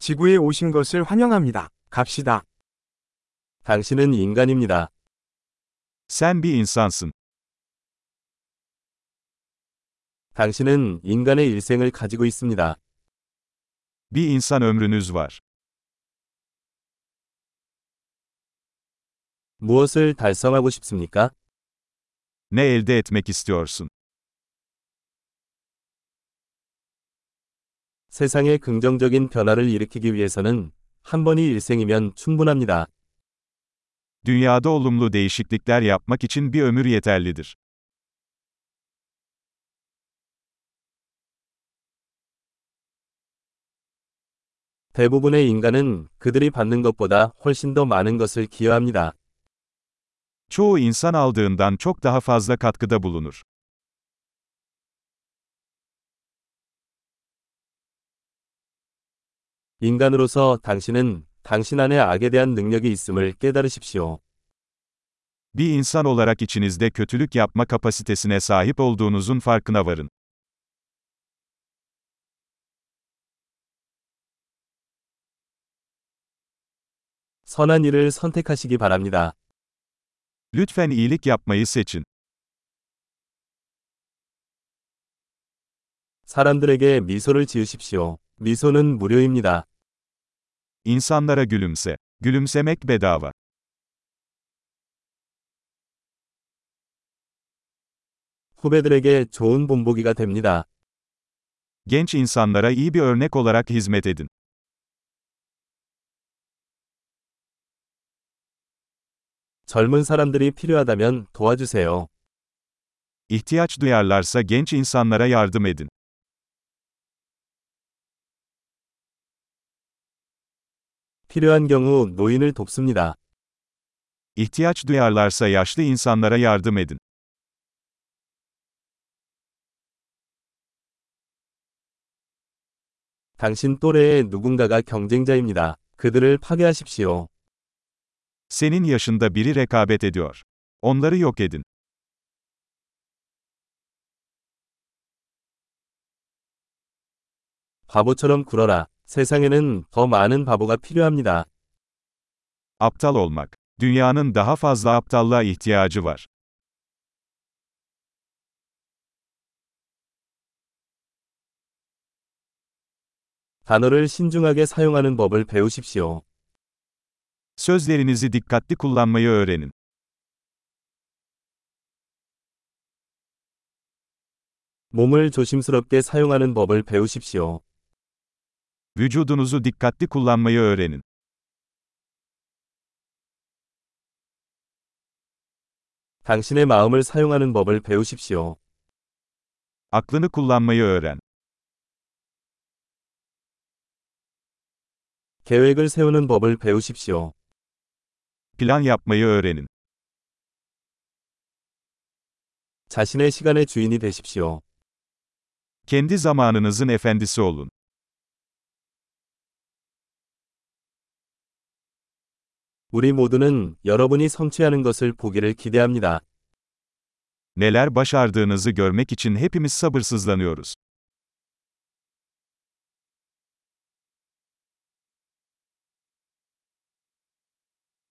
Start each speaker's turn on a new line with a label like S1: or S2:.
S1: 지구에 오신 것을 환영합니다. 갑시다.
S2: 당신은 인간입니다.
S3: Sen bir insansın.
S2: 당신은 인간의 일생을 가지고 있습니다.
S3: Bir insan ömrünüz var.
S2: 무엇을 달성하고 싶습니까?
S3: Ne elde etmek istiyorsun?
S2: 세상에 긍정적인 변화를 일으키기 위해서는 한 번이 일생이면 충분합니다.
S3: Dünyada olumlu değişiklikler yapmak için bir ömür yeterlidir.
S2: 대부분의 인간은 그들이 받는 것보다 훨씬 더 많은 것을 기여합니다.
S3: Çoğu insan aldığından çok daha fazla katkıda bulunur.
S2: 인간으로서 당신은 당신 안에 악에 대한 능력이 있음을 깨달으십시오.
S3: Bir insan olarak içinizde kötülük yapma kapasitesine sahip olduğunuzun farkına varın.
S2: 선한 일을 선택하시기 바랍니다.
S3: Lütfen iyilik yapmayı seçin.
S2: 사람들에게 미소를 지으십시오. 미소는 무료입니다.
S3: İnsanlara gülümse. Gülümsemek bedava.
S2: 후배들에게 좋은 본보기가 됩니다.
S3: Genç insanlara iyi bir örnek olarak hizmet edin.
S2: 젊은 사람들이 필요하다면 도와주세요.
S3: İhtiyaç duyarlarsa genç insanlara yardım edin.
S2: 필요한 경우 노인을 돕습니다.
S3: İhtiyaç duyarlarsa yaşlı insanlara yardım edin.
S2: 당신 또래의 누군가가 경쟁자입니다. 그들을 파괴하십시오.
S3: Senin yaşında biri rekabet ediyor. Onları yok edin.
S2: 바보처럼 굴어라. 세상에는 더 많은 바보가 필요합니다.
S3: Aptal olmak. Dünyanın daha fazla aptallığa ihtiyacı var.
S2: 단어를 신중하게 사용하는 법을 배우십시오.
S3: Sözlerinizi dikkatli kullanmayı öğrenin.
S2: 몸을 조심스럽게 사용하는 법을 배우십시오.
S3: Vücudunuzu dikkatli kullanmayı öğrenin.
S2: 당신의 마음을 사용하는 법을 배우십시오.
S3: Aklını kullanmayı öğren.
S2: 계획을 세우는 법을 배우십시오.
S3: Plan yapmayı öğrenin.
S2: 자신의 시간의 주인이 되십시오.
S3: Kendi zamanınızın efendisi olun.
S2: 우리 모두는 여러분이 성취하는 것을 보기를 기대합니다.
S3: Neler başardığınızı görmek için hepimiz sabırsızlanıyoruz.